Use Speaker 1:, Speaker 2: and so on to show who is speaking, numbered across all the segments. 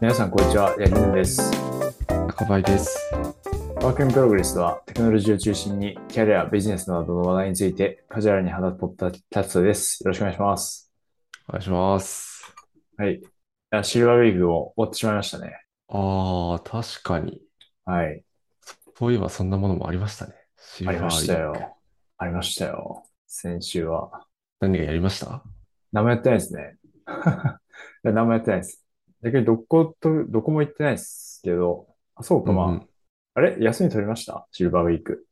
Speaker 1: 皆さん、こんにちは。ヤギヌンです。
Speaker 2: 赤バイです。
Speaker 1: ワークインプログレスは、テクノロジーを中心に、キャリア、ビジネスなどの話題について、カジュアルに話すポッドキャストです。よろしくお願いします。
Speaker 2: お願いします。
Speaker 1: はい。あシルバーウィークを終わってしまいましたね。
Speaker 2: ああ、確かに。
Speaker 1: はい。
Speaker 2: そういえばそんなものもありましたね。シル
Speaker 1: あ
Speaker 2: バ
Speaker 1: り
Speaker 2: ーウィーク
Speaker 1: ましたよ。ありましたよ。先週は。
Speaker 2: 何がやりました
Speaker 1: 何もやってないですね。 いや何もやってないです。逆にどこと、どこも行ってないですけど、あ、そうか、まあ、
Speaker 2: うんうん
Speaker 1: あれ休み取りましたシルバーウィーク。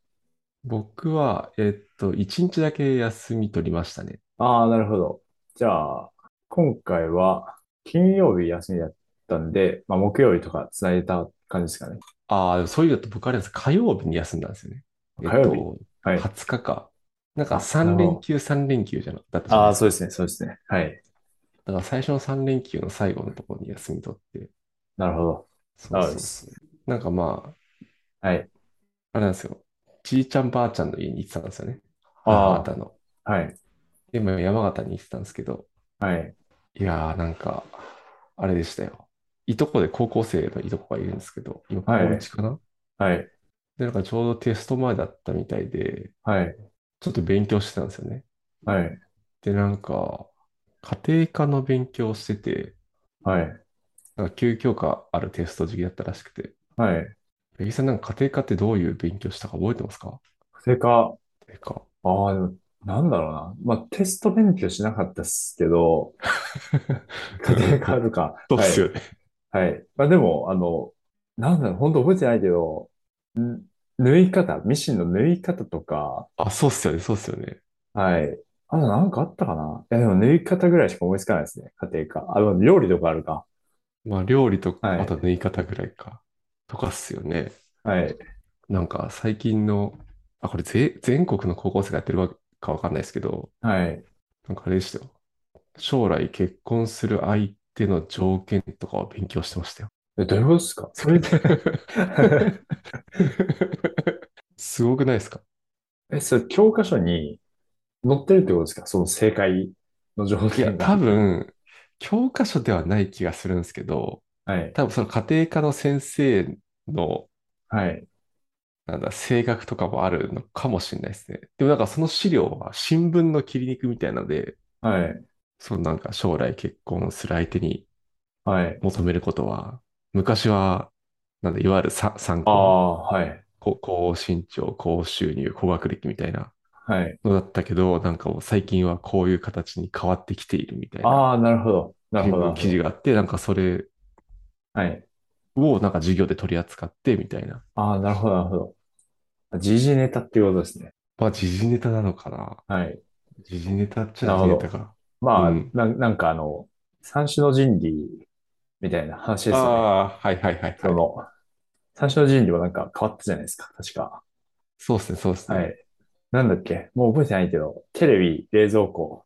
Speaker 2: 僕は、えっと、一日だけ休み取りましたね。
Speaker 1: ああ、なるほど。じゃあ、今回は金曜日休みだったんで、まあ、木曜日とか繋いでた感じですかね。
Speaker 2: ああ、でもそういうのと僕あれです。火曜日に休んだんですよね。えっ
Speaker 1: 火曜日
Speaker 2: と、
Speaker 1: はい。
Speaker 2: 20日か。なんか
Speaker 1: あ
Speaker 2: 3
Speaker 1: なるほど
Speaker 2: 連休、3連休じゃなだったじゃない
Speaker 1: あ
Speaker 2: で
Speaker 1: あ、
Speaker 2: す
Speaker 1: そうですね、そうですね。はい。
Speaker 2: か。だから最初の3連休の最後のところに休み取って。
Speaker 1: なるほど。
Speaker 2: そう
Speaker 1: あ
Speaker 2: そうそう。なんかまあ、
Speaker 1: はい。
Speaker 2: あれなんですよ。じいちゃんばあちゃんの家に行ってたんですよね。
Speaker 1: ああ
Speaker 2: 母方の。
Speaker 1: はい。
Speaker 2: で、まあ山形に行ってたんですけど、
Speaker 1: はい。
Speaker 2: いやーなんか、あれでしたよ。いとこで高校生のいとこがいるんですけど、今、
Speaker 1: はい
Speaker 2: 高一かな
Speaker 1: はい。
Speaker 2: で、なんかちょうどテスト前だったみたいで、
Speaker 1: はい。
Speaker 2: ちょっと勉強してたんですよね。
Speaker 1: はい。
Speaker 2: で、なんか、家庭科の勉強をしてて、
Speaker 1: はい。
Speaker 2: なんか9教科あるテスト時期だったらしくて、
Speaker 1: はい。
Speaker 2: 八木さんなんか家庭科ってどういう勉強したか覚えてますか
Speaker 1: それか、
Speaker 2: てか、
Speaker 1: ああ、でも、なんだろうな。まあ、テスト勉強しなかったっすけど、家庭科ある か。
Speaker 2: そうっすよね。
Speaker 1: はい。はい。まあ、でも、あの、なんだろう、本当覚えてないけど、ん縫い方、ミシンの縫い方とか、
Speaker 2: あ、そうっすよね、そうっすよね。
Speaker 1: はい。あとなんかあったかないや、でも縫い方ぐらいしか思いつかないですね。家庭科。あ、でも料理とかあるか。
Speaker 2: まあ、料理とか、
Speaker 1: はい
Speaker 2: あと縫い方ぐらいか。とかっすよね。
Speaker 1: はい。
Speaker 2: なんか最近の、あ、これぜ全国の高校生がやってるわかわかんないですけど、
Speaker 1: はい。
Speaker 2: なんかあれでしたよ。将来結婚する相手の条件とかを勉強してましたよ。
Speaker 1: え、どういうことですかそれで
Speaker 2: すごくないですか
Speaker 1: え、それ教科書に載ってるってことですかその正解の条
Speaker 2: いや、
Speaker 1: 件が。
Speaker 2: 多分、教科書ではない気がするんですけど、
Speaker 1: はい。
Speaker 2: 多分その家庭科の先生の、
Speaker 1: はい。
Speaker 2: なんだ、性格とかもあるのかもしれないですね。でもなんかその資料は新聞の切り抜きみたいなので、
Speaker 1: はい。
Speaker 2: そのなんか将来結婚する相手に
Speaker 1: はい。
Speaker 2: 求めることは、昔は、なんだ、いわゆるさ参
Speaker 1: あ
Speaker 2: 考、
Speaker 1: あ、はい。
Speaker 2: こ高身長、高収入、高学歴みたいな
Speaker 1: はい。
Speaker 2: のだったけど、なんかもう最近はこういう形に変わってきているみたいな
Speaker 1: ああ、なるほど。なる
Speaker 2: 新
Speaker 1: ほど。
Speaker 2: 聞記事があって、なんかそれ
Speaker 1: はい。
Speaker 2: をなんか授業で取り扱ってみたいな。
Speaker 1: ああ、なるほど、なるほど。時事ネタっていうことですね。
Speaker 2: まあ、時事ネタなのかな。
Speaker 1: はい。
Speaker 2: 時事ネタっち
Speaker 1: な
Speaker 2: ゃ
Speaker 1: る
Speaker 2: 時
Speaker 1: ほ
Speaker 2: 事
Speaker 1: ど
Speaker 2: ネタか。
Speaker 1: まあ、
Speaker 2: うん
Speaker 1: な、なんかあの、三種の神器みたいな話ですよね。
Speaker 2: ああ、はいはいはい
Speaker 1: そ
Speaker 2: はい。
Speaker 1: の、三種の神器もなんか変わったじゃないですか、確か。
Speaker 2: そうですね、そうです
Speaker 1: は
Speaker 2: ね。
Speaker 1: い。なんだっけもう覚えてないけど、テレビ、冷蔵庫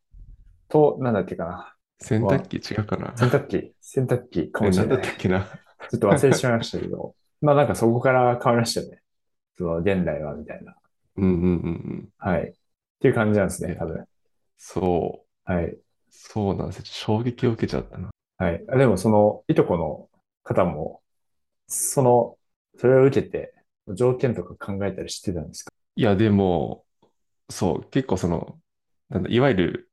Speaker 1: と、なんだっけかな
Speaker 2: 洗濯機違うかな。
Speaker 1: 洗濯 機、洗濯機かも
Speaker 2: え
Speaker 1: しれ
Speaker 2: 何だ
Speaker 1: な
Speaker 2: った
Speaker 1: い。
Speaker 2: っけな。
Speaker 1: ちょっと忘れてしまいましたけど、 まあなんかそこから変わりましたよね。その、現代はみたいな。
Speaker 2: うんうんうんうん。
Speaker 1: はい。っていう感じなんですね、多分。
Speaker 2: そう。
Speaker 1: はい。
Speaker 2: そうなんですよ。衝撃を受けちゃったな。
Speaker 1: はい。あでもその、いとこの方も、その、それを受けて、条件とか考えたりしてたんですか
Speaker 2: いや、でも、そう、結構その、なんだ、いわゆる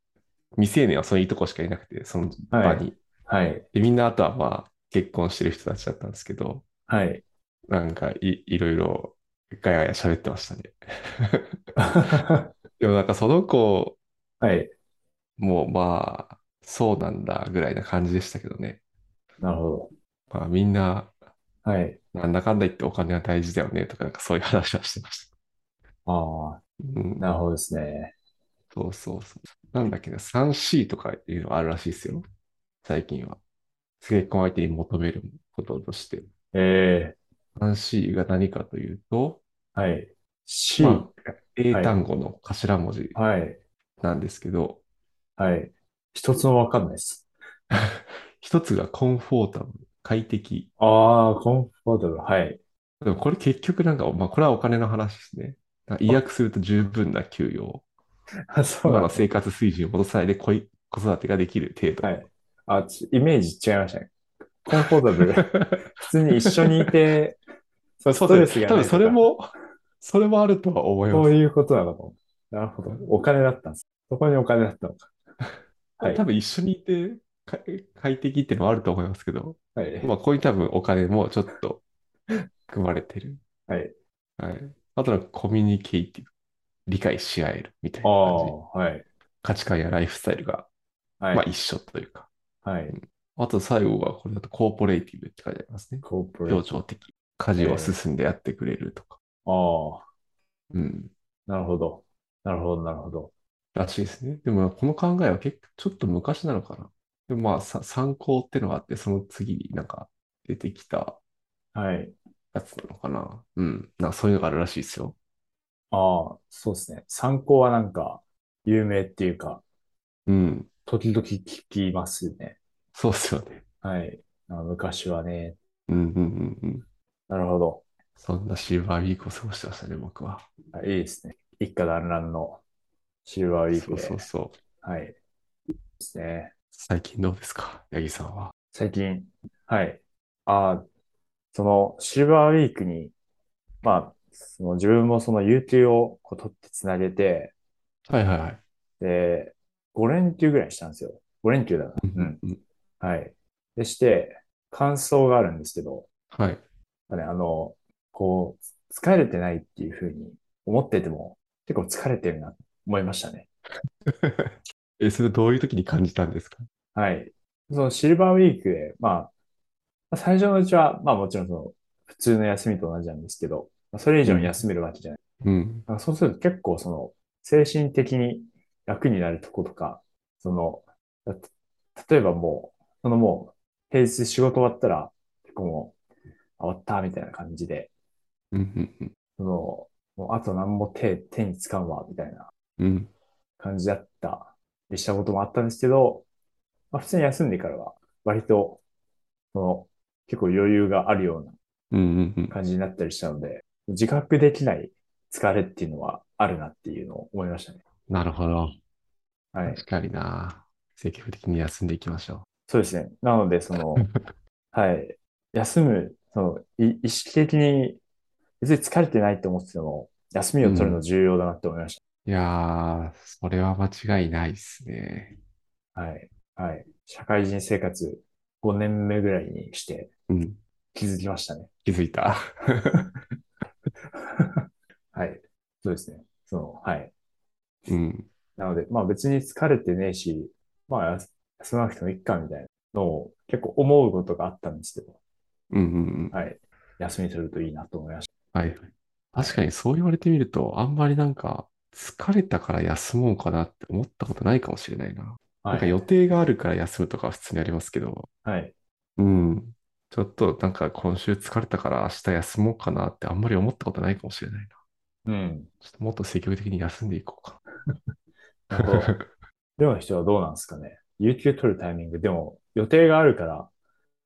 Speaker 2: 未成年はそのいとこしかいなくて、その場に。
Speaker 1: はい。
Speaker 2: で、みんなあとはまあ、結婚してる人たちだったんですけど、
Speaker 1: はい。
Speaker 2: なんかい、いろいろガヤガヤ喋ってましたね。でもなんかその子
Speaker 1: はい。
Speaker 2: もまあ、そうなんだぐらいな感じでしたけどね。
Speaker 1: なるほ
Speaker 2: まあみんな、
Speaker 1: ど。はい。
Speaker 2: なんだかんだ言ってお金は大事だよねとか、なんかそういう話はしてました。
Speaker 1: ああ、
Speaker 2: うん、
Speaker 1: なるほどですね。
Speaker 2: そうそうそう。なんだっけな、3C とかいうのがあるらしいですよ。最近は。結婚相手に求めることとして。
Speaker 1: え
Speaker 2: 3C が何かというと、
Speaker 1: えはい。C。
Speaker 2: ま英
Speaker 1: はい
Speaker 2: 単語の頭文字
Speaker 1: はい。
Speaker 2: なんですけど、
Speaker 1: はい。一つもわかんないです。
Speaker 2: 一つがコンフォータブル、快適。
Speaker 1: ああ、コンフォートル。はい。
Speaker 2: でもこれ結局なんか、まあこれはお金の話ですね。なんか意訳すると十分な給与。
Speaker 1: あ、そう
Speaker 2: 今
Speaker 1: なん
Speaker 2: の
Speaker 1: だ。
Speaker 2: 生活水準を戻さないで子い子育てができる程度。
Speaker 1: はいあ、ちイメージ違いましたね。コンフォーダブル。 普通に一緒にいて、
Speaker 2: そう
Speaker 1: ストレスがないとか
Speaker 2: 多分それも、それもあるとは思い
Speaker 1: そ
Speaker 2: ま
Speaker 1: う
Speaker 2: す。
Speaker 1: いうことなのかも。なるほど。お金だったんです。そこにお金だったのか。はい
Speaker 2: 多分一緒にいてか快適っていうのはあると思いますけど、
Speaker 1: はい。
Speaker 2: まあ、ここに多分お金もちょっと含まれてる。
Speaker 1: はい。
Speaker 2: はい。あとはコミュニケイティブ。理解し合えるみたい
Speaker 1: あ
Speaker 2: な
Speaker 1: あ、
Speaker 2: 感じ。
Speaker 1: はい。
Speaker 2: 価値観やライフスタイルが、
Speaker 1: はい。
Speaker 2: まあ一緒というか。
Speaker 1: はい。
Speaker 2: あと最後がこれだとコーポレーティブって書いてありますね。
Speaker 1: コーポレ
Speaker 2: 協
Speaker 1: ート。
Speaker 2: 調的。家事を進んでやってくれるとか。
Speaker 1: あ
Speaker 2: うん。
Speaker 1: あ、なるほど。なるほど、なるほど。
Speaker 2: らしいですね。でもこの考えは結構ちょっと昔なのかな。でもまあさ参考ってのがあって、その次になんか出てきた
Speaker 1: はい。
Speaker 2: やつなのかな。うん。なんかそういうのがあるらしいですよ。
Speaker 1: ああ、そうですね。参考はなんか、有名っていうか、
Speaker 2: うん。
Speaker 1: 時々聞きますね。
Speaker 2: そうっすよね。
Speaker 1: はい。あ昔はね。
Speaker 2: うんうんうんうん。
Speaker 1: なるほど。
Speaker 2: そんなシルバーウィークを過ごしてましたね、僕は。
Speaker 1: あいいですね。一家団らんのシルバーウィーク
Speaker 2: そう
Speaker 1: で。
Speaker 2: そうそう。
Speaker 1: はい。ですね。
Speaker 2: 最近どうですか、八木さんは。
Speaker 1: 最近、はい。ああ、その、シルバーウィークに、まあ、その自分もその有給をこう取ってつなげて、
Speaker 2: はいはいはい。
Speaker 1: で、5連休ぐらいしたんですよ。5連休だな。うん。
Speaker 2: うん。
Speaker 1: はい。でして、感想があるんですけど、
Speaker 2: はい。
Speaker 1: まあね、あの、こう、疲れてないっていうふうに思ってても、結構疲れてるな、思いましたね。
Speaker 2: え、それどういう時に感じたんですか
Speaker 1: はい。そのシルバーウィークで、まあ、まあ最初のうちは、まあもちろんその、普通の休みと同じなんですけど、まあそれ以上に休めるわけじゃない。
Speaker 2: うん。
Speaker 1: なんかそうすると結構その、精神的に楽になるとことか、その、だ例えばもう、そのもう、平日仕事終わったら、結構もう、あ終わったみたいな感じで、
Speaker 2: うんうん
Speaker 1: その、もうあと何も手、手につかんわ、みたいな
Speaker 2: うん。うん。
Speaker 1: 感じだったりしたこともあったんですけど、まあ、普通に休んでからは、割と、その、結構余裕があるような
Speaker 2: うんうんうん。
Speaker 1: 感じになったりしたので、自覚できない疲れっていうのはあるなっていうのを思いましたね。
Speaker 2: なるほど。
Speaker 1: はい。
Speaker 2: 確かにな。積極的に休んでいきましょ
Speaker 1: そうですね。なので、そ の、はい。休む、その、い意識的に、別に疲れてないと思ってても、休みを取るの重要だなって思いまし
Speaker 2: う。いやー、それは間違いないですね。
Speaker 1: た。はい。はい。社会人生活5年目ぐらいにして
Speaker 2: うん。
Speaker 1: 気づきましたね。
Speaker 2: 気づいた。
Speaker 1: はい。そうですね。その、はい。
Speaker 2: うん。
Speaker 1: なので、まあ別に疲れてねえし、まあ休休まなくてもいいかみたいなのを結構思うことがあったんですけど、
Speaker 2: うんうんうん。
Speaker 1: はい。休み取るといいなと思いまし
Speaker 2: はいはい。確かにそう言われてみると、あんまりなんか、疲れたから休もうかなって思ったことないかもしれないな。
Speaker 1: た。
Speaker 2: なん
Speaker 1: は
Speaker 2: か
Speaker 1: い。
Speaker 2: 予定があるから休むとかは普通にありますけど、
Speaker 1: はい。
Speaker 2: うん。ちょっとなんか今週疲れたから明日休もうかなってあんまり思ったことないかもしれないな。
Speaker 1: うん。
Speaker 2: ちょっともっと積極的に休んでいこうか
Speaker 1: なるほど。
Speaker 2: な。
Speaker 1: 寮の人はどうなんですかね。有給取るタイミング、でも予定があるから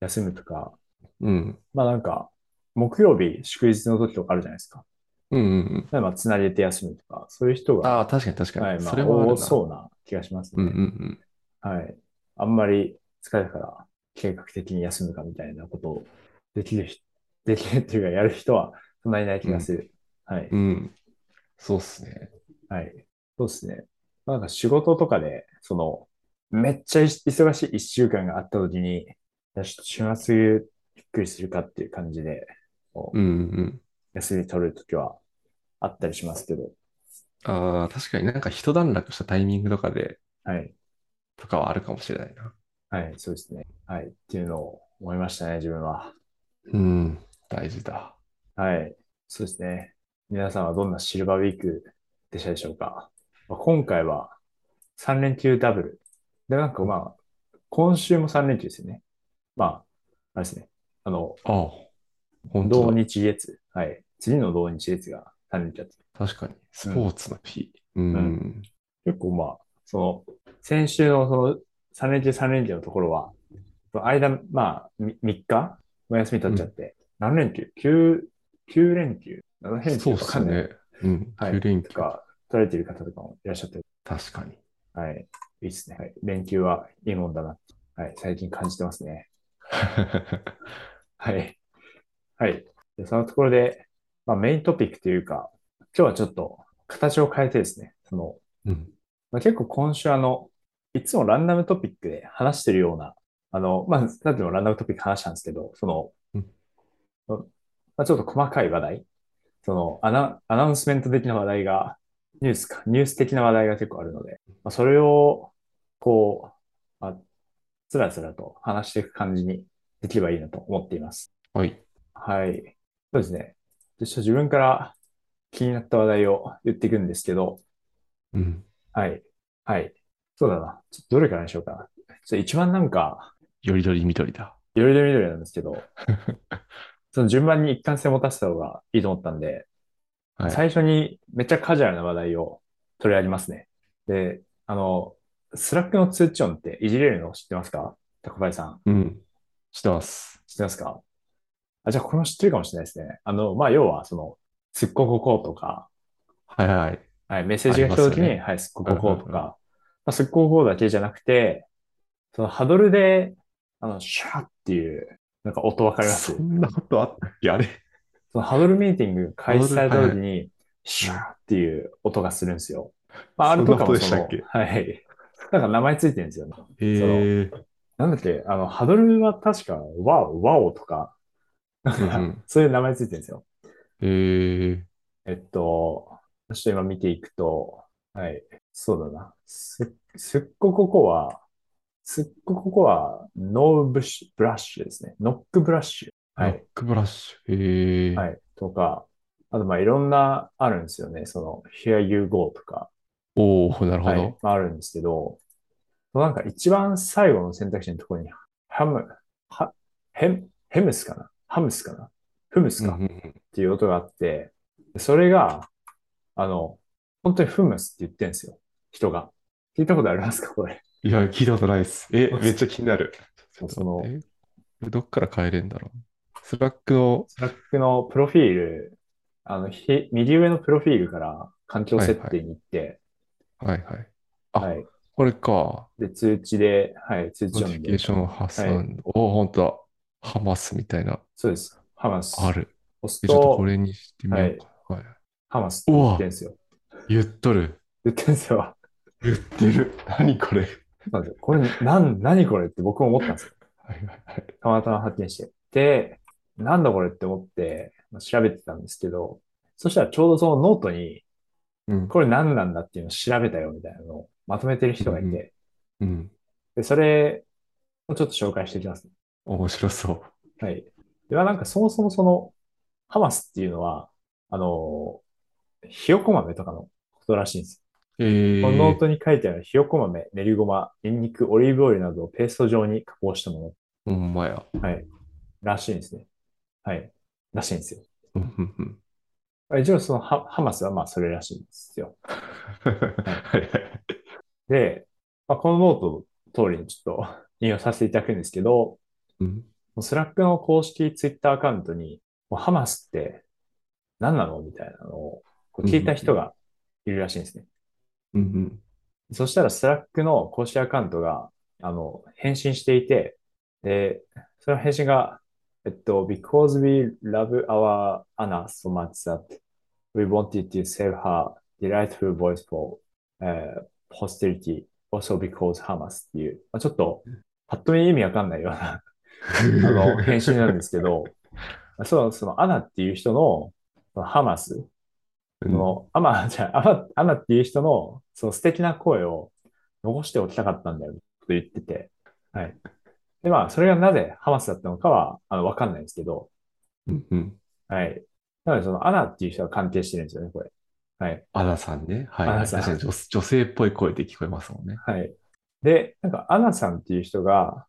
Speaker 1: 休むとか、
Speaker 2: うん。
Speaker 1: まあなんか、木曜日、祝日の時とかあるじゃないですか。
Speaker 2: うんうんうん。
Speaker 1: まあ、つなげて休むとか、そういう人が、
Speaker 2: ああ、確かに確か
Speaker 1: はい、
Speaker 2: に。
Speaker 1: ま
Speaker 2: そ
Speaker 1: あ、
Speaker 2: れもある
Speaker 1: 多
Speaker 2: な。
Speaker 1: そうな気がします
Speaker 2: うん
Speaker 1: ね。
Speaker 2: うんうん。
Speaker 1: はい。あんまり疲れたから計画的に休むかみたいなことをできる人、 できるっていうか、やる人はそんなにいない気がする。はい。
Speaker 2: うん。そうっすね。
Speaker 1: はい。そうですね。まあなんか仕事とかで、その、めっちゃい忙しい一週間があった時に、いやちょっと週末ゆっくりするかっていう感じで、こう
Speaker 2: うんうん
Speaker 1: 休み取るときはあったりしますけど、
Speaker 2: うん。ああ、確かになんか一段落したタイミングとかで、
Speaker 1: はい。
Speaker 2: とかはあるかもしれないな。
Speaker 1: はい、そうですね。はい。っていうのを思いましたね、自分は。
Speaker 2: うん。大事だ。
Speaker 1: はい。そうですね。皆さんはどんなシルバーウィークでしたでしょうか。まあ今回は3連休ダブル。で、なんかまあ、今週も3連休ですよね。まあ、あれですね。あの、
Speaker 2: ああ、本当
Speaker 1: 同
Speaker 2: だ。
Speaker 1: 日月。はい。次の同日月が3連休だった。
Speaker 2: 確かに。スポーツの日。うん。
Speaker 1: ん結構まあ、その、先週のその3連休3連休のところは、その間、まあ、み3日お休み取っちゃって、何連休 ?9、9連休 ?7 連休
Speaker 2: そうっ
Speaker 1: わか
Speaker 2: す
Speaker 1: んない
Speaker 2: ね。うん。
Speaker 1: はい
Speaker 2: 9連
Speaker 1: と
Speaker 2: 休。
Speaker 1: か、取られてる方とかもいらっしゃって、
Speaker 2: 確かに。
Speaker 1: はい。いいですね。はい、連休はいいもんだな。はい。最近感じてますね。はい。はい。でそのところで、まあ、メイントピックというか、今日はちょっと形を変えてですね、その、
Speaker 2: うん。
Speaker 1: まあ、結構今週あの、いつもランダムトピックで話してるような、あの、まあ、さっきもランダムトピック話したんですけど、その、
Speaker 2: うん
Speaker 1: まあ、ちょっと細かい話題、そのアナ、アナウンスメント的な話題が、ニュースか、ニュース的な話題が結構あるので、まあ、それを、こう、まあ、つらつらと話していく感じにできればいいなと思っています。
Speaker 2: はい。
Speaker 1: はい。そうですね。でちょっと自分から気になった話題を言っていくんですけど、
Speaker 2: うん。
Speaker 1: はい。はい。そうだな。ちょっとどれからにしようかな。ちょっと一番なんか、
Speaker 2: よりどり緑だ。
Speaker 1: いろいろ緑なんですけ ど、その順番に一貫性を持たせた方がいいと思ったんで、
Speaker 2: はい。
Speaker 1: 最初にめっちゃカジュアルな話題を取り上げますね。で、あの、スラックの通知音っていじれるの知ってますか高林さん。
Speaker 2: うん。してます。
Speaker 1: 知ってますかあ、じゃあこれも知ってるかもしれないですね。あの、まあ、要はその、すっこここうとか、
Speaker 2: はいはい。
Speaker 1: はい、メッセージが来た時
Speaker 2: ありますよ
Speaker 1: に、
Speaker 2: ね
Speaker 1: はい、すっごくこうと
Speaker 2: うんうんう
Speaker 1: か、
Speaker 2: ん
Speaker 1: まあ、すっごくこうだけじゃなくて、そのハドルで、あの、シャーっていう、なんか音わかります
Speaker 2: そんなことあったっけあれ。
Speaker 1: そのハドルミーティング開始された
Speaker 2: ハドル
Speaker 1: 時に、シャーっていう音がするんですよ。まあ、あれとかもそ
Speaker 2: そんな
Speaker 1: の、
Speaker 2: 音でし
Speaker 1: はい。なんか名前ついてるんですよね。
Speaker 2: ええ。
Speaker 1: なんだっけ、あの、ハドルは確か、ワオ、ワオとか、なんか
Speaker 2: うんうん
Speaker 1: そういう名前ついてるんですよ。
Speaker 2: ええ。
Speaker 1: えっと、ちょっと今見ていくと、はい、そうだな。す、すっこここは、すっこここは、ノーブシュ、ブラッシュですね。ノックブラッシュ。は
Speaker 2: ロッ
Speaker 1: い。
Speaker 2: クブラッシュ。ええ。
Speaker 1: はい。とか、あと、まあ、いろんなあるんですよね。その、here you go とか、
Speaker 2: おおなるほ
Speaker 1: はい。
Speaker 2: ど。
Speaker 1: まあ、あるんですけど、なんか一番最後の選択肢のところに、ハム、は、ヘム、ヘムスかなハムスかなフムス
Speaker 2: うん
Speaker 1: か
Speaker 2: うんうん
Speaker 1: っていう音があって、それが、あの、本当にフムスって言ってんですよ。人が。聞いたことありますかこれ。
Speaker 2: いや、聞いたことないです。 え、
Speaker 1: そう
Speaker 2: めっちゃ気になる。
Speaker 1: そうその
Speaker 2: えどっから変えれんだろう。スラックの、
Speaker 1: スラックのプロフィール、あの、ひ右上のプロフィールから環境設定に行って、
Speaker 2: はいはい。
Speaker 1: は
Speaker 2: はいいあこれか。
Speaker 1: で、通知で、はい、通知
Speaker 2: ノテ
Speaker 1: 読ん
Speaker 2: ィフィケ
Speaker 1: で
Speaker 2: ー。ションを挟んで、おお、本当だ。ハマスみたいな、
Speaker 1: そうです。ハマス。
Speaker 2: ある。
Speaker 1: 押す、
Speaker 2: えちょっとことれにしてみようか。はい。
Speaker 1: ハマスって言ってんですよ。
Speaker 2: 言っとる。
Speaker 1: 言ってんですよ。
Speaker 2: 言ってる。何これ。
Speaker 1: なんでこれ、なん、何これって僕も思ったんですよ
Speaker 2: はいはいはい。
Speaker 1: たまたま発見して。で、なんだこれって思ってまあ調べてたんですけど、そしたらちょうどそのノートに、
Speaker 2: うん。
Speaker 1: これ何なんだっていうのを調べたよみたいなのをまとめてる人がい
Speaker 2: うんう
Speaker 1: て、
Speaker 2: うん。
Speaker 1: で、それをちょっと紹介していきますね。
Speaker 2: 面白そう。
Speaker 1: はい。ではなんかそもそもその、ハマスっていうのは、あの、ひよこ豆とかのことらしいんですよ
Speaker 2: ええ
Speaker 1: このノートに書いてあるひよこ豆、練りごま、ニンニク、オリーブオイルなどをペースト状に加工したも
Speaker 2: ほんまや。
Speaker 1: の、はい。らしいんですね。はい。らしいんですよ。
Speaker 2: うんうんうん。
Speaker 1: 一応そのハハマスはまあそれらしいんですよ。
Speaker 2: はいはい。
Speaker 1: で、まあ、このノートの通りにちょっと 引用させていただくんですけど、
Speaker 2: うん。
Speaker 1: スラックの公式ツイッターアカウントに、もうハマスって何なのみたいなのをこう聞いた人がいるらしいんですね。
Speaker 2: うんうん。
Speaker 1: そしたらスラックの公式アカウントが、あの、返信していて、で、その返信が、えっと、because we love our Anna so much that we wanted to save her delightful voice for、posterity, also because Hamas っていう、まあ、ちょっと、パッと見意味わかんないような、あ の、返信なんですけど、そう、そのアナっていう人の、そのハマス、
Speaker 2: う
Speaker 1: そ
Speaker 2: ん
Speaker 1: の、アマ、 じゃあアマ、アマっていう人の、その素敵な声を残しておきたかったんだよ、と言ってて。はい。で、まあ、それがなぜハマスだったのかは、あの、わかんないんですけど、
Speaker 2: うんうん。
Speaker 1: はい。なので、その、アナっていう人が関係してるんですよね、これ。はい。
Speaker 2: アナさんね。はい。
Speaker 1: アナさん
Speaker 2: 確かに女女性っぽい声で聞こえますもんね。
Speaker 1: はい。で、なんか、アナさんっていう人が、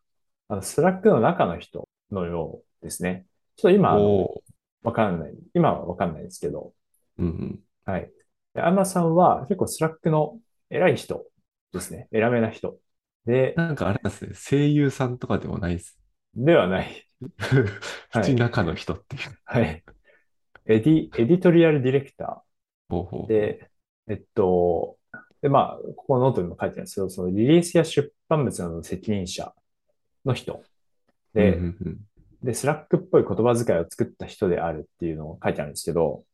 Speaker 1: あの、スラックの中の人のようですね。ちょっと今、あの
Speaker 2: お
Speaker 1: わかんない。今はわかんないですけど、
Speaker 2: ーうん
Speaker 1: はい。でアンナさんは結構スラックの偉い人ですね。偉めな人。で
Speaker 2: うん。、なんかあれなんですね。声優さんとかでもないです。
Speaker 1: ではない。
Speaker 2: 普通に中の人っていう。
Speaker 1: はい。エディ、エディトリアルディレクタ
Speaker 2: 方法
Speaker 1: ー。で、えっと、で、まあ、ここのノートにも書いてあるんですけど、そのリリースや出版物などの責任者の人で、
Speaker 2: うんうん
Speaker 1: で、スラックっぽい言葉遣いを作った人であるっていうのを書いてあるんですけど、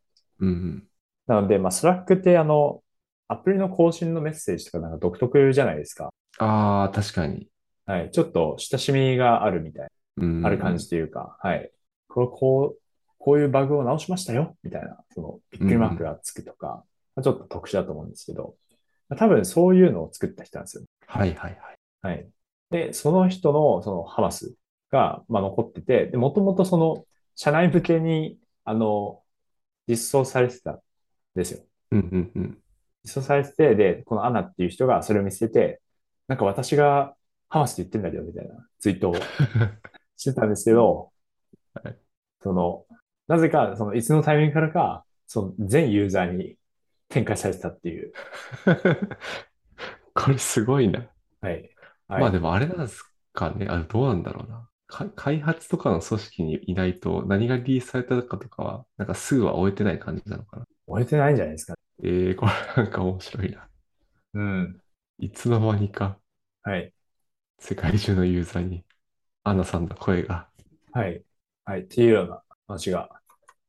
Speaker 2: うん。うん
Speaker 1: なので、まあ、スラックってあの、アプリの更新のメッセージとかなんか独特じゃないですか。
Speaker 2: うん。ああ、確かに。
Speaker 1: はい。ちょっと親しみがあるみたい。
Speaker 2: うん
Speaker 1: ある感じというか、はい。これ、こう、こういうバグを直しましたよ、みたいな、その、びっくりマークがつくとか、まあちょっと特殊だと思うんですけど、まあ多分そういうのを作った人なんですよ。
Speaker 2: はいはいはい。
Speaker 1: はい。で、その人の、そのハマスが、まあ、残ってて、で、もともとその、社内向けに、あの、実装されてたんですよ。
Speaker 2: うんうんうん。
Speaker 1: 実装されてて、で、このアナっていう人がそれを見せてて、なんか私がハマスって言ってんだけど、みたいなツイー トをしてたんですけど
Speaker 2: はい、
Speaker 1: その、なぜか、その、いつのタイミングからか、その、全ユーザーに展開されてたっていう。
Speaker 2: これすごいな。
Speaker 1: はい。はい。
Speaker 2: まあでもあれなんですかね。あ、どうなんだろうな。か開発とかの組織にいないと何がリリースされたかとかは、なんかすぐは終えてない感じなのかな。
Speaker 1: 終えてないんじゃないですか。
Speaker 2: ええこれなんか面白いな。
Speaker 1: うん。
Speaker 2: いつの間にか
Speaker 1: はい。
Speaker 2: 世界中のユーザーにアナさんの声が。
Speaker 1: はい。はい。っていうような話が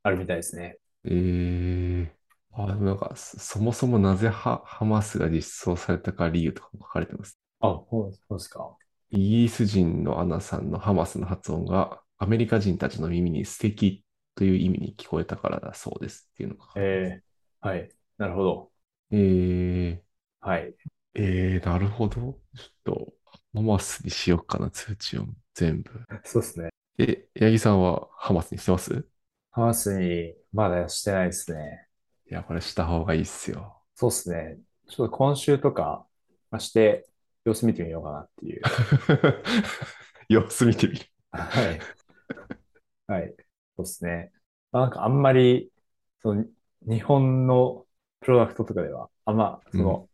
Speaker 1: あるみたいですね。
Speaker 2: ええあ、でもなんかそ、そもそもなぜハ、ハマスが実装されたか理由とかも書かれてます。
Speaker 1: あ、そうそうですか。
Speaker 2: イギリス人のアナさんのハマスの発音がアメリカ人たちの耳に素敵という意味に聞こえたからだそうですっていうのが書かれてま
Speaker 1: えー、
Speaker 2: す。
Speaker 1: はい。なるほど。
Speaker 2: え
Speaker 1: はい。
Speaker 2: ー、えー、なるほど。ちょっと、ハマスにしようかな、通知を全部。
Speaker 1: そうですね。
Speaker 2: え、八木さんはハマスにしてます
Speaker 1: ハマスにまだしてないですね。
Speaker 2: いや、これした方がいいっすよ。
Speaker 1: そうですね。ちょっと今週とかまあして様子見てみようかなっていう。
Speaker 2: 様子見てみる。
Speaker 1: はい。 はい。そうですね。まあ、なんかあんまり、その、日本のプロダクトとかでは、あんま、その、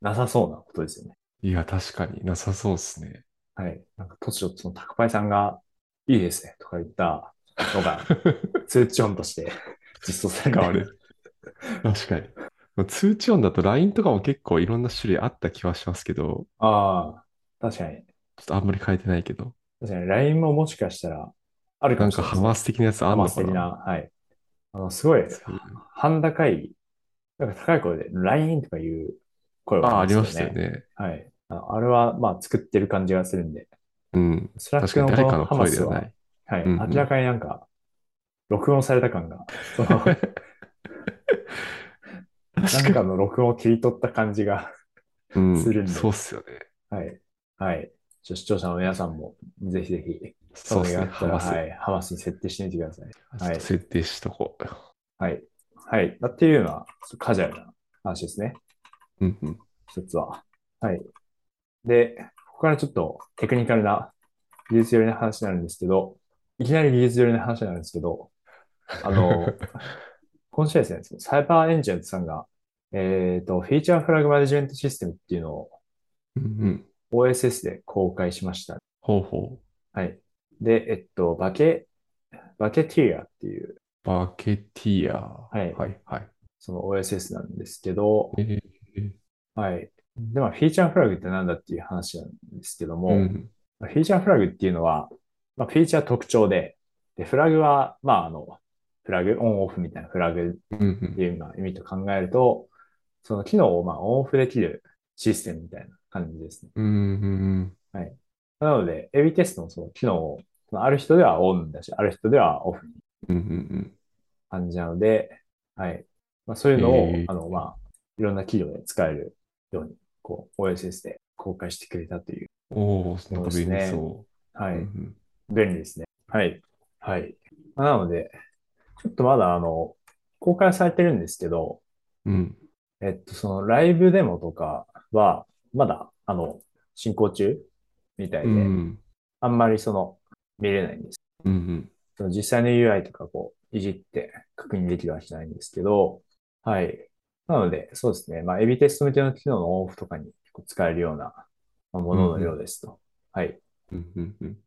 Speaker 1: なさそうなことですよね。
Speaker 2: いや、確かになさそうっすね。
Speaker 1: はい。なんか突如、その、宅配さんが、いいですね、とか言ったの が、通知音として実装され
Speaker 2: 変
Speaker 1: た
Speaker 2: わる。 確かに。まあ通知音だと LINE とかも結構いろんな種類あった気はしますけど、
Speaker 1: ああ、確かに。
Speaker 2: ちょっとあんまり変えてないけど、
Speaker 1: 確かに LINE ももしかしたら、あるか
Speaker 2: な
Speaker 1: も
Speaker 2: ん
Speaker 1: しれ
Speaker 2: か
Speaker 1: ないで
Speaker 2: ハ
Speaker 1: すね。
Speaker 2: マス的なやつあ
Speaker 1: ハ
Speaker 2: んの
Speaker 1: マス
Speaker 2: か
Speaker 1: 的
Speaker 2: な
Speaker 1: な、はい。あの、すごい、
Speaker 2: そういう
Speaker 1: 半高い、なんか高い声で LINE とかいう声
Speaker 2: ああ、
Speaker 1: が
Speaker 2: ありました
Speaker 1: よ
Speaker 2: よ。ね。
Speaker 1: はい。あのあれは、まあ、作ってる感じがするんで、
Speaker 2: うん。
Speaker 1: スラッ
Speaker 2: 確
Speaker 1: ク
Speaker 2: かに
Speaker 1: の
Speaker 2: 誰
Speaker 1: こ
Speaker 2: か
Speaker 1: の
Speaker 2: の
Speaker 1: ハマ
Speaker 2: 声
Speaker 1: ス
Speaker 2: ではな
Speaker 1: は、
Speaker 2: い。
Speaker 1: はい、
Speaker 2: うんうん
Speaker 1: 明らかになんか、録音された感が、そ の、なん
Speaker 2: 確か
Speaker 1: かの録音を切り取った感じが、
Speaker 2: に。うん
Speaker 1: するんで
Speaker 2: そうっすよね。
Speaker 1: はい。はい。ちょ視聴者の皆さんも、ぜひぜひ、
Speaker 2: そうっす
Speaker 1: があ
Speaker 2: ね。
Speaker 1: った
Speaker 2: ハ
Speaker 1: ら、
Speaker 2: マス。
Speaker 1: はい、ハマスに設定してみてください。
Speaker 2: ちょっと設定しとこう。
Speaker 1: はい。はい。だっていうのは、ちょっとカジュアルな話ですね。
Speaker 2: うんうん。
Speaker 1: 一つは。はい。で、ここからちょっとテクニカルな技術寄りな話になるんですけど、いきなり技術寄りな話になるんですけど、あ の、今週はですね、サイバーエンジェントさんが、えっ、と、フィーチャーフラグマネジメントシステムっていうのを
Speaker 2: うんうん。
Speaker 1: OSS で公開しました。
Speaker 2: ほうほう。
Speaker 1: はい。で、えっと、バケ、バケティアっていう、
Speaker 2: バケティア。はいはいはい。
Speaker 1: その OSS なんですけど、
Speaker 2: えー
Speaker 1: はい。で、まあ、フィーチャーフラグってなんだっていう話なんですけども、
Speaker 2: うん
Speaker 1: まあフィーチャーフラグっていうのは、まあ、フィーチャー特徴で、で、フラグは、まあ、あの、フラグ、オンオフみたいなフラグっ
Speaker 2: うんうん
Speaker 1: ていうまあ意味と考えると、その機能をまあオンオフできるシステムみたいな感じですね。
Speaker 2: うんうん
Speaker 1: なので、エビテストのその機能を、まあある人ではオンだし、ある人ではオフに
Speaker 2: うんうん
Speaker 1: 感じなので、はい。まあ、そういうのを、
Speaker 2: へー
Speaker 1: あの、まあ、いろんな企業で使えるように、こう、OSS で公開してくれたという、
Speaker 2: うん。おお、なんか便利そ
Speaker 1: は
Speaker 2: う。
Speaker 1: い。
Speaker 2: うんうん
Speaker 1: 便利ですね。はい。はい。まあなので、ちょっとまだあの、公開されてるんですけど、
Speaker 2: うん。
Speaker 1: えっと、そのライブデモとかは、まだ、あの、進行中みたいうで、
Speaker 2: ん
Speaker 1: あんまりその、見れないんです。
Speaker 2: うんうん。
Speaker 1: その実際の UI とかこう、いじって確認できるわけじゃないんですけど、はい。なので、そうですね。まあ、エビテスト向けの機能のオンオフとかにこう使えるようなまあもののようですと。はい。
Speaker 2: うんうんうん。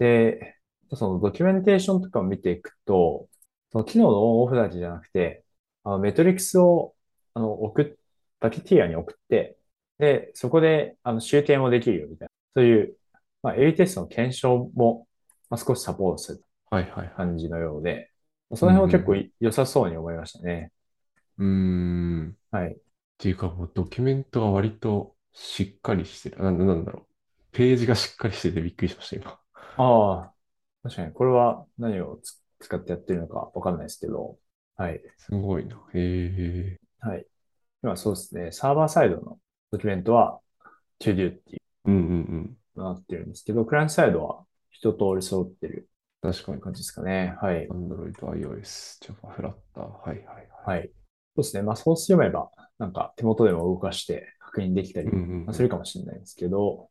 Speaker 1: で、そのドキュメンテーションとかを見ていくと、その機能のオンオフだけじゃなくて、あのメトリックスをあの送っ、バケティアに送って、で、そこであの集計もできるよみたいな、そういう、まあ、A テストの検証も、ままあ、少しサポートする
Speaker 2: はいはいはい。
Speaker 1: 感じのようで、その辺は結構い良さそうに思いましたね。
Speaker 2: うーん。っ
Speaker 1: はい。
Speaker 2: ていうか、もうドキュメントが割としっかりしてる。なんだなんだろう。ページがしっかりしててびっくりしました、今。
Speaker 1: ああ、確かにこれは何をつ使ってやってるのかわかんないですけど、はい。
Speaker 2: すごいな。へえ。
Speaker 1: はい。今そうですね、サーバーサイドのドキュメントは ToDo ってい
Speaker 2: うんうん
Speaker 1: うのになってるんですけど、クライアントサイドは一通り揃ってる
Speaker 2: うん。確かに。
Speaker 1: 感じですかね。はい。
Speaker 2: Android、iOS、Java、フラッター。はいはいはい。
Speaker 1: はい。そうですね。まあ、そうすれば、なんか手元でも動かして確認できたり
Speaker 2: うんうんう
Speaker 1: まあ
Speaker 2: ん。
Speaker 1: するかもしれないんですけど、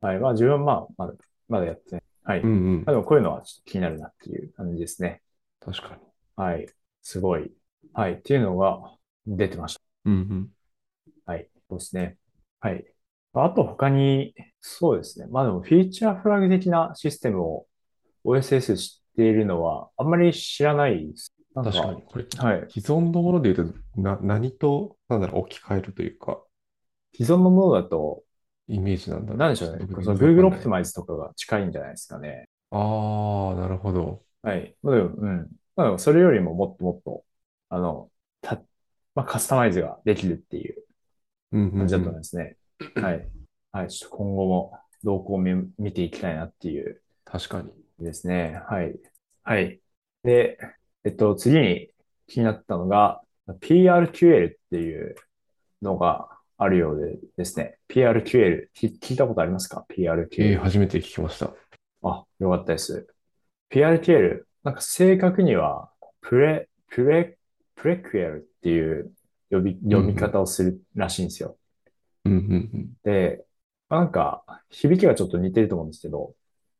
Speaker 1: はい。まあ、自分はまあ、まだ、まだやってない。はい。
Speaker 2: う
Speaker 1: ま
Speaker 2: んうん。
Speaker 1: あ、でもこういうのはちょっと気になるなっていう感じですね。
Speaker 2: 確かに。
Speaker 1: はい。すごい。はい。っていうのが出てました。
Speaker 2: うん
Speaker 1: はい。そうですね。はい。あと他に、そうですね。まあでもフィーチャーフラグ的なシステムを OSS 知っているのはあんまり知らないです。な
Speaker 2: う。
Speaker 1: んん
Speaker 2: 確かに。これ、
Speaker 1: はい。
Speaker 2: 既存のもので言うと、な、何と、なんだろう、置き換えるというか、
Speaker 1: 既存のものだと、
Speaker 2: イメージなんだろう。
Speaker 1: なんでしょうね。
Speaker 2: ちっと
Speaker 1: その
Speaker 2: 僕よく
Speaker 1: Google
Speaker 2: わ
Speaker 1: Optimize
Speaker 2: かんない
Speaker 1: とかが近いんじゃないですかね。
Speaker 2: ああ、なるほど。
Speaker 1: はい。まあでも、うん。まあでもそれよりももっともっと、あの、た、まあカスタマイズができるっていう
Speaker 2: うんうんう
Speaker 1: 感
Speaker 2: ん
Speaker 1: じだと思いますね。はい。はい。ちょっと今後も動向を見、見ていきたいなっていう
Speaker 2: 確かに。
Speaker 1: ですね。はい。はい。で、えっと、次に気になったのが、PRQL っていうのがあるようでですね。PRQL、き聞いたことありますか ?PRQL。
Speaker 2: ええ、初めて聞きました。
Speaker 1: あ、よかったです。PRTL、なんか正確には、プレ、プレ、プレクエルっていう呼び、
Speaker 2: ん
Speaker 1: 読み方をするらしいんですよ。
Speaker 2: うんうん
Speaker 1: で、まあなんか、響きがちょっと似てると思うんですけど、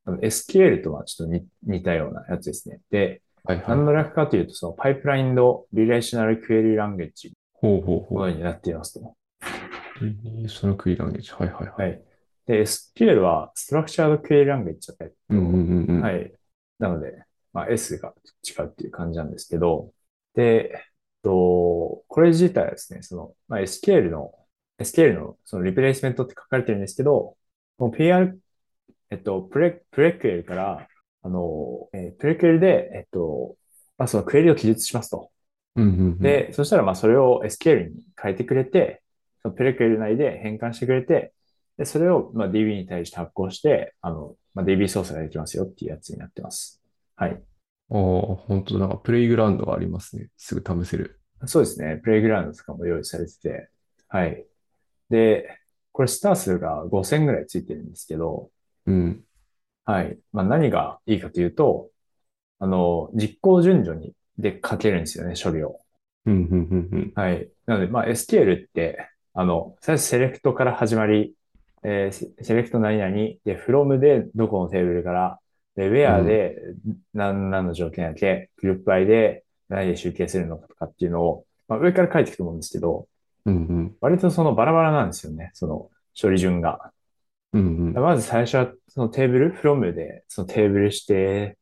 Speaker 1: あの SQL とはちょっと似、似たようなやつですね。で、
Speaker 2: うん。はいはい。
Speaker 1: 何の略かというと、そのパイプラインドリレーショナルクエリランゲージ
Speaker 2: ほうほうほ
Speaker 1: の
Speaker 2: う。
Speaker 1: ようになっていますと。
Speaker 2: そのクイランゲージ。はいはいは。
Speaker 1: はいい。で、SQL はストラクチャードクエリランゲージだったり
Speaker 2: うんうんうんうん。。
Speaker 1: はいい。なので、まあ、S が違うっていう感じなんですけど、で、えっと、これ自体はですね、その、まあ、SQL の、SQL のそのリプレイスメントって書かれてるんですけど、この PR、えっと、プレ、プレクエルから、あの、えープレクエルで、えっと、まあ、そのクエリを記述しますと。
Speaker 2: うんうんうん。、
Speaker 1: で、そしたら、まあ、それを SQL に変えてくれて、そのプレクエル内で変換してくれて、で、それを、まあ、DB に対して発行して、あの、まあ、DB 操作ができますよっていうやつになってます。はい。
Speaker 2: ああ、本当なんかプレイグラウンドがありますね。すぐ試せる。
Speaker 1: そうですね。プレイグラウンドとかも用意されてて、はい。で、これスター数が5000ぐらいついてるんですけど、
Speaker 2: うん。
Speaker 1: はい。まあ、何がいいかというと、あの、実行順序に、で書けるんですよね、処理を。
Speaker 2: うんうんうんうん。
Speaker 1: はい。なので、まあ、SQL って、あの、最初セレクトから始まり、えーセセレクト何々、で、from でどこのテーブルから、で、where で何々の条件だけ、グループ i で何で集計するのかとかっていうのを、まあ、上から書いていくと思うんですけど、
Speaker 2: うんうん。
Speaker 1: 割とそのバラバラなんですよね、その処理順が。
Speaker 2: うんうん。
Speaker 1: まず最初はそのテーブル、from でそのテーブル指定、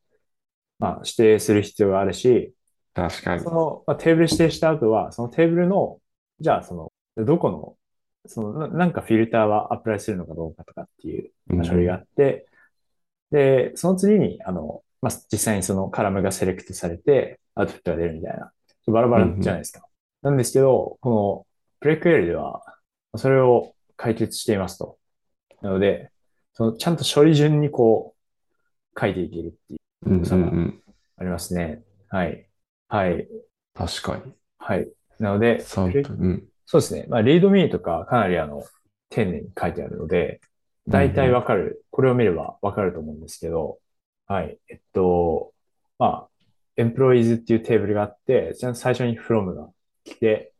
Speaker 1: まあ、指定する必要があるし、
Speaker 2: 確かに
Speaker 1: そ。の、まあ、テーブル指定した後は、そのテーブルの、じゃあその、どこの、その、ななんかフィルターはアプライするのかどうかとかっていうまあ処理があって、で、その次に、あの、まあ、実際にそのカラムがセレクトされて、アウトプットが出るみたいな、バラバラじゃないですか。なんですけど、このプレクエルでは、それを解決していますと。なので、そのちゃんと処理順にこう、書いていけるっていう、
Speaker 2: うんうんうん。
Speaker 1: ありますね。はい。はい。
Speaker 2: 確かに。
Speaker 1: はい。なので、
Speaker 2: サン
Speaker 1: プレ
Speaker 2: プル。うん。
Speaker 1: そうですね。まあ、リードミーとかかなりあの、丁寧に書いてあるので、大体わかる。これを見ればわかると思うんですけど、はい。えっと、まあ、エンプロイズっていうテーブルがあって、じゃあ最初に from が来て、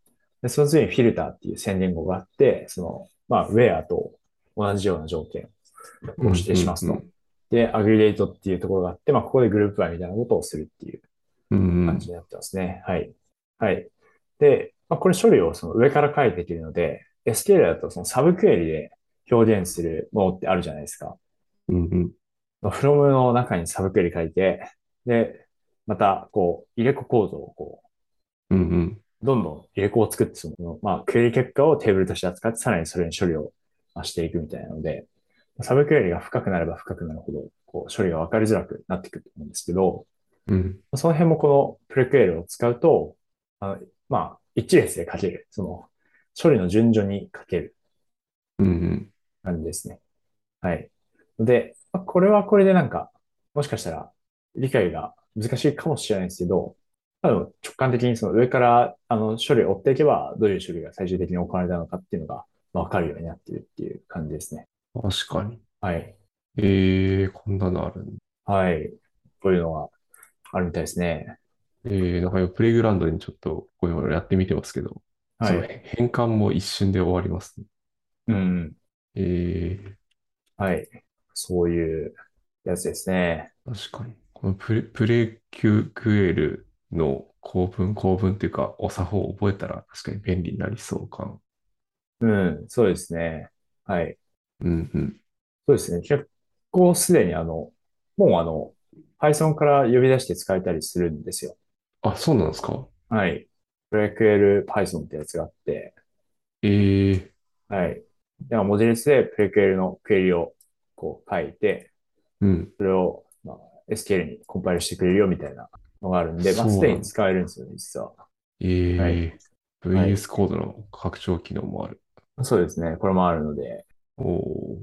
Speaker 1: でその次にフィルターっていう宣言語があって、その、まあ、where と同じような条件を指定します
Speaker 2: うんう
Speaker 1: と
Speaker 2: ん。
Speaker 1: で、アグリゲートっていうところがあって、まあ、ここでグループ i みたいなことをするっていう
Speaker 2: うんう
Speaker 1: 感
Speaker 2: ん。
Speaker 1: じになってますね。はい。はい。で、まあ、これ処理をその上から書いていけるので、SQL だとそのサブクエリで表現するものってあるじゃないですか。
Speaker 2: うんうん。
Speaker 1: まあ from の中にサブクエリ書いて、で、また、こう、入れ子構造をこ
Speaker 2: うんうん。
Speaker 1: う、どんどん入れ子を作って、その、まあ、クエリ結果をテーブルとして扱って、さらにそれに処理をまあしていくみたいなので、サブクエリが深くなれば深くなるほど、ここう処理が分かりづらくなってくると思うんですけど、
Speaker 2: うん。
Speaker 1: その辺もこのプレクエルを使うと、あの、まあ、一列で書ける。その、処理の順序に書ける
Speaker 2: うんうん。
Speaker 1: 感じですね。はい。で、まあこれはこれでなんか、もしかしたら理解が難しいかもしれないですけど、まあでも直感的にその上からあの処理を追っていけば、どういう処理が最終的に行われたのかっていうのがまあわかるようになっているっていう感じですね。
Speaker 2: 確かに。
Speaker 1: はい。
Speaker 2: ええこんなのあるんだ。
Speaker 1: はい。こういうのがあるみたいですね。
Speaker 2: ええなんか今プレイグラウンドにちょっとこういうのやってみてますけど、
Speaker 1: は
Speaker 2: その
Speaker 1: い。
Speaker 2: 変換も一瞬で終わりますね。
Speaker 1: うん。
Speaker 2: ええ
Speaker 1: はい。そういうやつですね。
Speaker 2: 確かに。このプレ、プレキュクエルの構文、構文っていうか、お作法を覚えたら確かに便利になりそう感。
Speaker 1: うん。そうですね。はい。
Speaker 2: うんうん。
Speaker 1: そうですね。結構すでにあの、もうあの、Python から呼び出して使えたりするんですよ。
Speaker 2: あ、そうなんですか
Speaker 1: はい。PreQL Python ってやつがあって、
Speaker 2: ええ
Speaker 1: はい。では、文字列で PreQL のクエリをこう書いて、
Speaker 2: うん。
Speaker 1: それを、まあ、SQL にコンパイルしてくれるよみたいなのがあるんで、まあ、
Speaker 2: そう
Speaker 1: すで
Speaker 2: なん
Speaker 1: に使えるんですよね、実は。
Speaker 2: え
Speaker 1: は
Speaker 2: え VS コードの拡張機能もある。
Speaker 1: そうですね。これもあるので、
Speaker 2: おお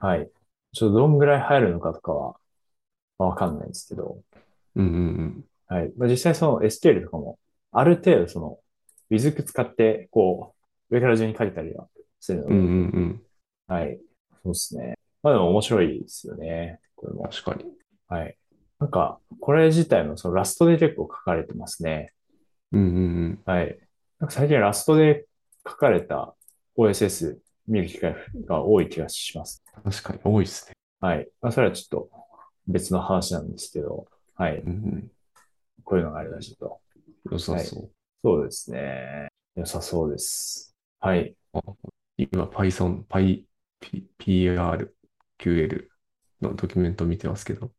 Speaker 2: ー。
Speaker 1: はい。ちょっとどんぐらい入るのかとかは、まあわかんないですけど、
Speaker 2: うんうんうん。
Speaker 1: はい。まあ、実際その SQL とかも、ある程度その、WISC 使って、こう、上から順に書いたりはするの
Speaker 2: う
Speaker 1: で、
Speaker 2: んうんうん。
Speaker 1: はい。そうですね。まあでも面白いですよね。これも。
Speaker 2: 確かに。
Speaker 1: はい。なんか、これ自体もそのラストで結構書かれてますね。
Speaker 2: うんうんうん。
Speaker 1: はい。なんか最近ラストで書かれた OSS 見る機会が多い気がします。
Speaker 2: 確かに多いですね。
Speaker 1: はい。まあ、それはちょっと別の話なんですけど、はい。
Speaker 2: うんうん。
Speaker 1: こういうのがあれだしと。
Speaker 2: 良さそ
Speaker 1: そうですね。良さそうです。はい。
Speaker 2: う。あ今、Python、Py、P、PR、QL のドキュメント見てますけど。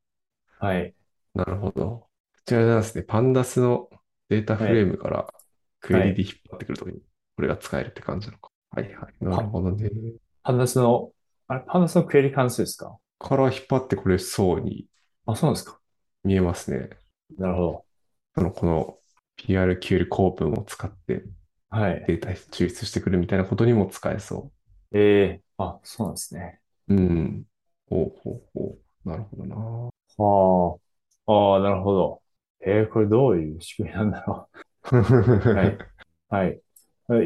Speaker 1: はい。
Speaker 2: なるほど。こちらなんですね。パンダスのデータフレームからクエリで引っ張ってくるときに、これが使えるって感じなのか。はいはい。なるほどね。
Speaker 1: パンダスの、あれ、パンダスのクエリ関数ですか
Speaker 2: から引っ張ってこれそうに
Speaker 1: あ、そうなんですか。
Speaker 2: 見えますね。
Speaker 1: なるほど。
Speaker 2: その、この PRQL 構文を使って
Speaker 1: はい。
Speaker 2: データ抽出してくるみたいなことにも使えそ
Speaker 1: ええあ、そうなんですね。
Speaker 2: う。うん。ほうほうほう。なるほどな。
Speaker 1: はあ。ああ、なるほど。ええこれどういう仕組みなんだろう。 はい。 はい。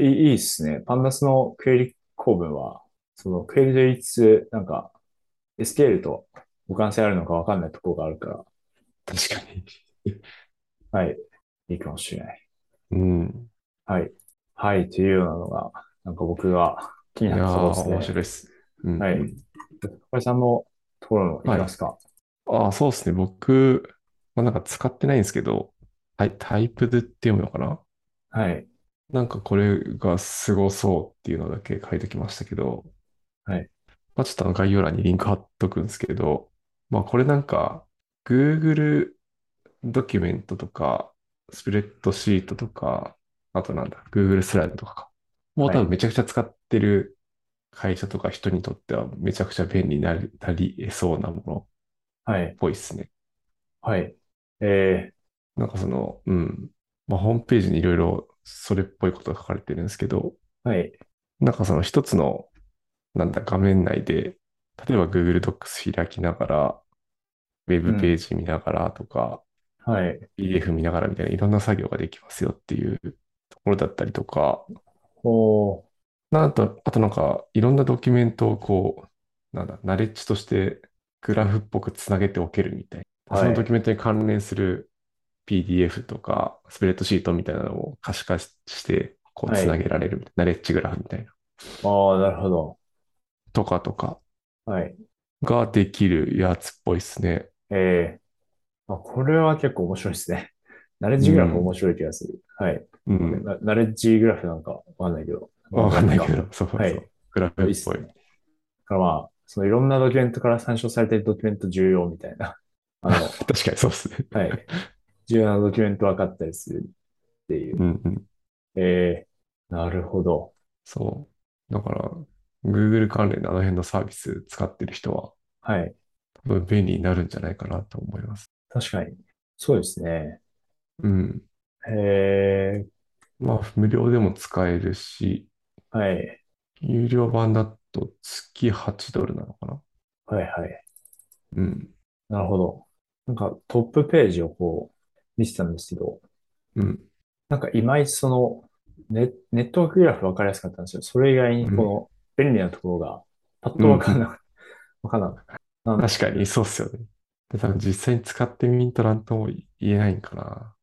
Speaker 1: いい、いいっすね。パンダスのクエリ構文は、そのクエリと言いつつ、なんか、SQL と互換性あるのかわかんないところがあるから、
Speaker 2: 確かに。
Speaker 1: はい。いいかもしれない。
Speaker 2: うん。
Speaker 1: はい。はい。というようなのが、なんか僕が気に
Speaker 2: い
Speaker 1: なっ
Speaker 2: や
Speaker 1: たところです
Speaker 2: ー、面
Speaker 1: ね。
Speaker 2: 白いです。うん
Speaker 1: はい。高橋さんのところのいきますか。
Speaker 2: ああ、そうですね。僕、まあ、なんか使ってないんですけど、タイ、タイプドって読むのかな
Speaker 1: はい。
Speaker 2: なんかこれがすごそうっていうのだけ書いておきましたけど、
Speaker 1: はい。
Speaker 2: まあ、ちょっとあの概要欄にリンク貼っとくんですけど、まあこれなんか Google ドキュメントとか、スプレッドシートとか、あとなんだ、Google スライドとかか。もう多
Speaker 1: は
Speaker 2: 分
Speaker 1: い
Speaker 2: めちゃくちゃ使ってる会社とか人にとってはめちゃくちゃ便利になり、なり得そうなもの
Speaker 1: はい
Speaker 2: っ。ぽいですね。
Speaker 1: はい。え
Speaker 2: なんかその、うん。まあ、ホームページにいろいろそれっぽいことが書かれてるんですけど、
Speaker 1: ー、はい。
Speaker 2: なんかその一つの、なんだ、画面内で、例えば Google Docs 開きながら、ウェブページ見ながらとか、
Speaker 1: はい。
Speaker 2: PDF 見ながらみたいないろんな作業ができますよっていうところだったりとか、
Speaker 1: おー。
Speaker 2: なんと、あとなんか、いろんなドキュメントをこう、なんだ、ナレッジとしてグラフっぽくつなげておけるみたいな。
Speaker 1: はい
Speaker 2: そのドキュメントに関連する PDF とか、スプレッドシートみたいなのを可視化しして、こう、
Speaker 1: はい
Speaker 2: つなげられるみたいな、ナレッジグラフみたいな。
Speaker 1: ああ、なるほど。
Speaker 2: とかとか
Speaker 1: はい。
Speaker 2: ができるやつっぽいですね。
Speaker 1: えー、あ、これは結構面白いですね。 ナレッジグラフ面白い気がする。はい。
Speaker 2: うん。
Speaker 1: なナレッジグラフなんかわかんないけど。
Speaker 2: わかんないけど、そうそう
Speaker 1: は
Speaker 2: そう
Speaker 1: い。
Speaker 2: グラフっ
Speaker 1: いいっす
Speaker 2: ぽ
Speaker 1: ね。
Speaker 2: い。
Speaker 1: だからまあ、そのいろんなドキュメントから参照されているドキュメント重要みたいな。あの、
Speaker 2: 確かにそうですね。
Speaker 1: はい。重要なドキュメント分かったりするっていう。
Speaker 2: うんうん。
Speaker 1: えー、なるほど。
Speaker 2: そう。だから、Google 関連のあの辺のサービス使ってる人は、
Speaker 1: はい。
Speaker 2: 多分便利になるんじゃないかなと思います。
Speaker 1: 確かに。そうですね。
Speaker 2: うん。
Speaker 1: へえ、
Speaker 2: まあ、無料でも使えるし、
Speaker 1: はい、
Speaker 2: 有料版だと月8ドルなのかな
Speaker 1: はい、はい。
Speaker 2: うん。
Speaker 1: なるほど。なんかトップページをこう見てたんですけど、
Speaker 2: うん。
Speaker 1: なんかいまいちそのネ、ネットワークグラフ分かりやすかったんですよ。それ以外にこの便利なところがパッと分かんなかった。分かんなかった。
Speaker 2: 確かに、そうっすよね。で、多分実際に使ってみんとなんとも言えないんかな。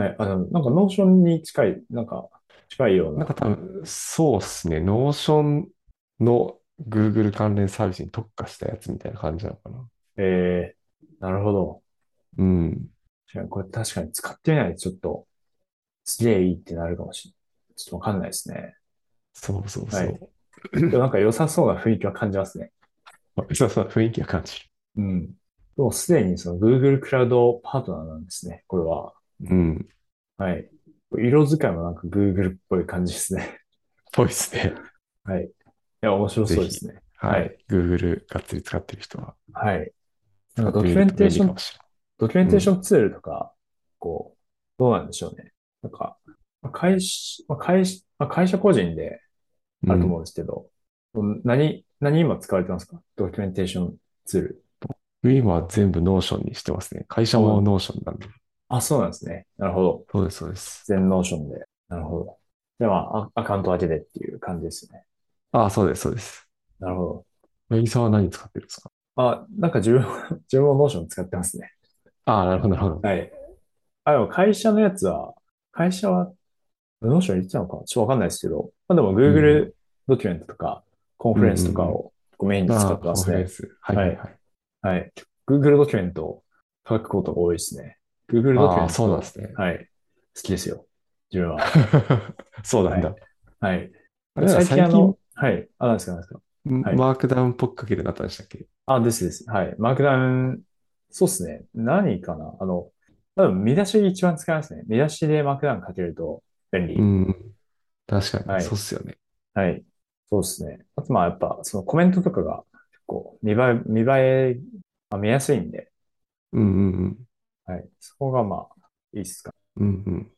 Speaker 1: はい。あ、でもなんかノーションに近い、なんか近いよう
Speaker 2: な
Speaker 1: な。
Speaker 2: んか多分、そうっすね。ノーションの Google 関連サービスに特化したやつみたいな感じなのかな。
Speaker 1: えー、なるほど。
Speaker 2: うん。
Speaker 1: 確かにこれ確かに使ってみないとちょっと、すげえいいってなるかもしれない。ちょっと分かんないですね。
Speaker 2: そうそう
Speaker 1: は
Speaker 2: そ。
Speaker 1: いうでもなんか良さそうな雰囲気は感じますね。
Speaker 2: まあそうそう、雰囲気は感じ
Speaker 1: うん。もうすでにその Google クラウドパートナーなんですね。これは。
Speaker 2: る。うん。
Speaker 1: はい。色使いもなんか Google っぽい感じですね。
Speaker 2: ぽいっすね。
Speaker 1: はい。いや、面白そうですね。
Speaker 2: は
Speaker 1: はい
Speaker 2: い。Google がっつり使ってる人は、
Speaker 1: はい。なんか
Speaker 2: 使
Speaker 1: ド
Speaker 2: っ
Speaker 1: キュ
Speaker 2: てみ
Speaker 1: メン
Speaker 2: ると
Speaker 1: テー
Speaker 2: 便
Speaker 1: ショ
Speaker 2: 利か
Speaker 1: ン、
Speaker 2: もし
Speaker 1: ドキュメンテーションツールとか、こう、どうなんでしょうね。なんか、まあ会社、まあ会社、まあ会社個人で
Speaker 2: れ
Speaker 1: あ
Speaker 2: ない。
Speaker 1: ると
Speaker 2: うん
Speaker 1: 思うんですけど、何、何今使われてますかドキュメンテーションツール。
Speaker 2: 今は全部ノーションにしてますね。会社もノーションなんで。
Speaker 1: あ、そうなんですね。なるほど。
Speaker 2: そうです、そうです。
Speaker 1: 全ノーションで。なるほど。じゃあ、まあ、アアカウントだけでっていう感じですね。
Speaker 2: ああ、そうです、そうです。
Speaker 1: なるほ
Speaker 2: 八木さんは何使ってるんですか
Speaker 1: ど。あ、なんか自分、 自分もノーション使ってますね。
Speaker 2: ああ、なるほど、なるほど。
Speaker 1: はい。あ、でも会社のやつは、会社は、ノーション入れてたのかちょっとわかんないですけど、まあでも Google ドキュメントとか、コンフレンスとかをメインに使
Speaker 2: あ
Speaker 1: っ
Speaker 2: あ、
Speaker 1: てま
Speaker 2: コン
Speaker 1: す
Speaker 2: フレン
Speaker 1: ね。
Speaker 2: ス。はい、はい、はい。
Speaker 1: はい。Google ドキュメントを書くことが多いですね。Google ドキュメン
Speaker 2: ああ、
Speaker 1: ト。
Speaker 2: そうな んですね。
Speaker 1: はい。好きですよ。自分は。
Speaker 2: そうなんだ。
Speaker 1: はい。
Speaker 2: あれ
Speaker 1: 最近あの
Speaker 2: 最近、、
Speaker 1: はい。あ、なんですか、なんですか。はい
Speaker 2: マークダウンっぽく書けるようになったんでしたっけ
Speaker 1: あ、ですです。はい。マークダウン、そうですね。何かなあの、多分見出し一番使いますね。見出しでマークダウン書けると便利。
Speaker 2: うん。確かに、
Speaker 1: はい
Speaker 2: そうっすよね。
Speaker 1: はい。そうですね。あと、まあ、やっぱ、そのコメントとかが、こう、見栄え、見栄え、まあ、見やすいんで、
Speaker 2: うんうんうん。
Speaker 1: はい。そこが、まあ、いいっすか。
Speaker 2: うん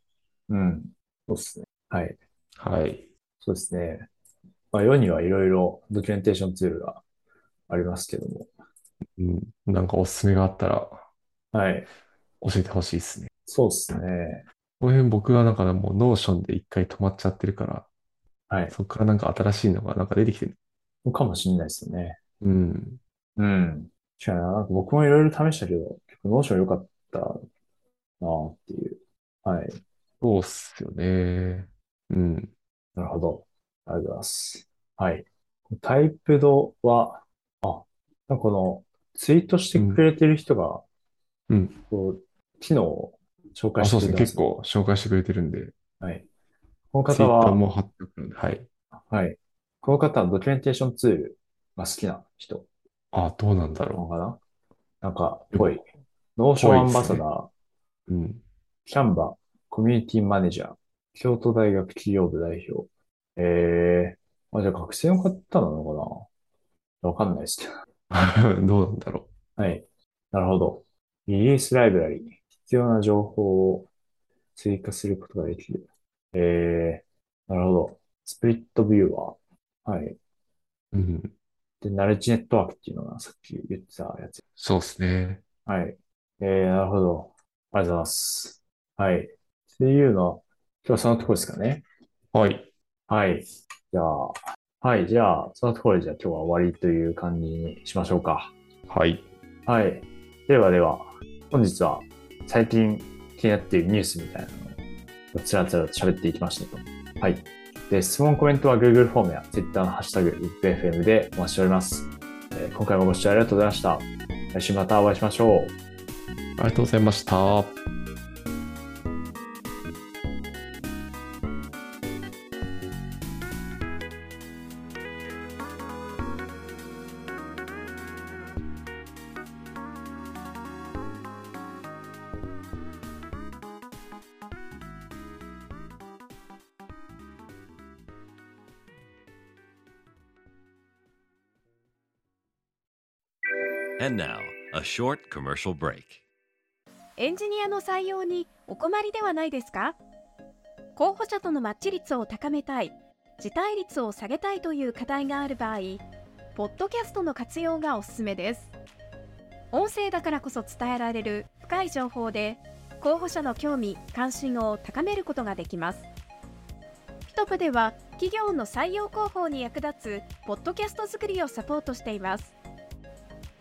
Speaker 2: うん。
Speaker 1: うん。そうですね。はい。
Speaker 2: はい。
Speaker 1: そうですね。まあ、世にはいろいろドキュメンテーションツールがありますけども。
Speaker 2: うん。なんかおすすめがあったら
Speaker 1: はい。
Speaker 2: 教えてほしいですね。
Speaker 1: そうですね。
Speaker 2: この辺僕はなんかもうノーションで一回止まっちゃってるから、
Speaker 1: はい。
Speaker 2: そこからなんか新しいのがなんか出てきてる。
Speaker 1: かもしれないですよね。
Speaker 2: うん。
Speaker 1: うん。確かにな、なんか僕もいろいろ試したけど、結構ノーション良かったなあっていう。はい。
Speaker 2: そうっすよね。うん。
Speaker 1: なるほど。ありがとうございます。はい。タイプドは、あ、なんかこの、ツイートしてくれてる人が、
Speaker 2: うん。
Speaker 1: こう、機能を紹介
Speaker 2: あ、
Speaker 1: して
Speaker 2: そう
Speaker 1: く
Speaker 2: で
Speaker 1: れて
Speaker 2: すね。
Speaker 1: ま
Speaker 2: 結
Speaker 1: す。
Speaker 2: 構紹介してくれてるんで、
Speaker 1: はい。この
Speaker 2: ツイ
Speaker 1: 方
Speaker 2: ッター
Speaker 1: は、
Speaker 2: も貼っておくので、はい。
Speaker 1: はい。この方はドキュメンテーションツールが好きな人
Speaker 2: あ、どうなんだ
Speaker 1: な
Speaker 2: ろ
Speaker 1: のかななんか、
Speaker 2: う。
Speaker 1: ぽい。。ノーションアンバサダ
Speaker 2: ぽ
Speaker 1: ー、
Speaker 2: うん。
Speaker 1: キャンバ、コミュニティマネージャー、京都大学企業部代表。えー、あ、じゃあ学生の方なのかなわかんないですけど。
Speaker 2: どうなんだろ
Speaker 1: はい。なるほど。リリースライブラリー。必要な情報を追加することができる。えー、なるほど。スプリットビューワー。はい。
Speaker 2: う。うん。
Speaker 1: で、ナレッジネットワークっていうのがさっき言ってたやつ。
Speaker 2: そうっすね。
Speaker 1: はい。えー、なるほど。ありがとうございます。はい。っていうのは、今日はそのところですかね。
Speaker 2: はい。
Speaker 1: はい。じゃあ、はい。じゃあ、そのところでじゃあ今日は終わりという感じにしましょうか。
Speaker 2: はい。
Speaker 1: はい。ではでは、本日は最近気になっているニュースみたいなのをつらつらと喋っていきましたと。はい。で、質問、コメントは Google フォームや Twitter のハッシュタグ、WIPFM でお待ちしております、えー今回もご視聴ありがとうございました。来週またお会いしましょう。
Speaker 2: ありがとうございました。
Speaker 3: And now, a short commercial break.
Speaker 4: エンジニアの採用にお困りではないですか候補者とのマッチ率を高めたい、辞退率を下げたいという課題がある場合、ポッドキャストの活用がおすすめです。音声だからこそ伝えられる深い情報で、候補者の興味・関心を高めることができます。ヒトプでは企業の採用広報に役立つポッドキャスト作りをサポートしています。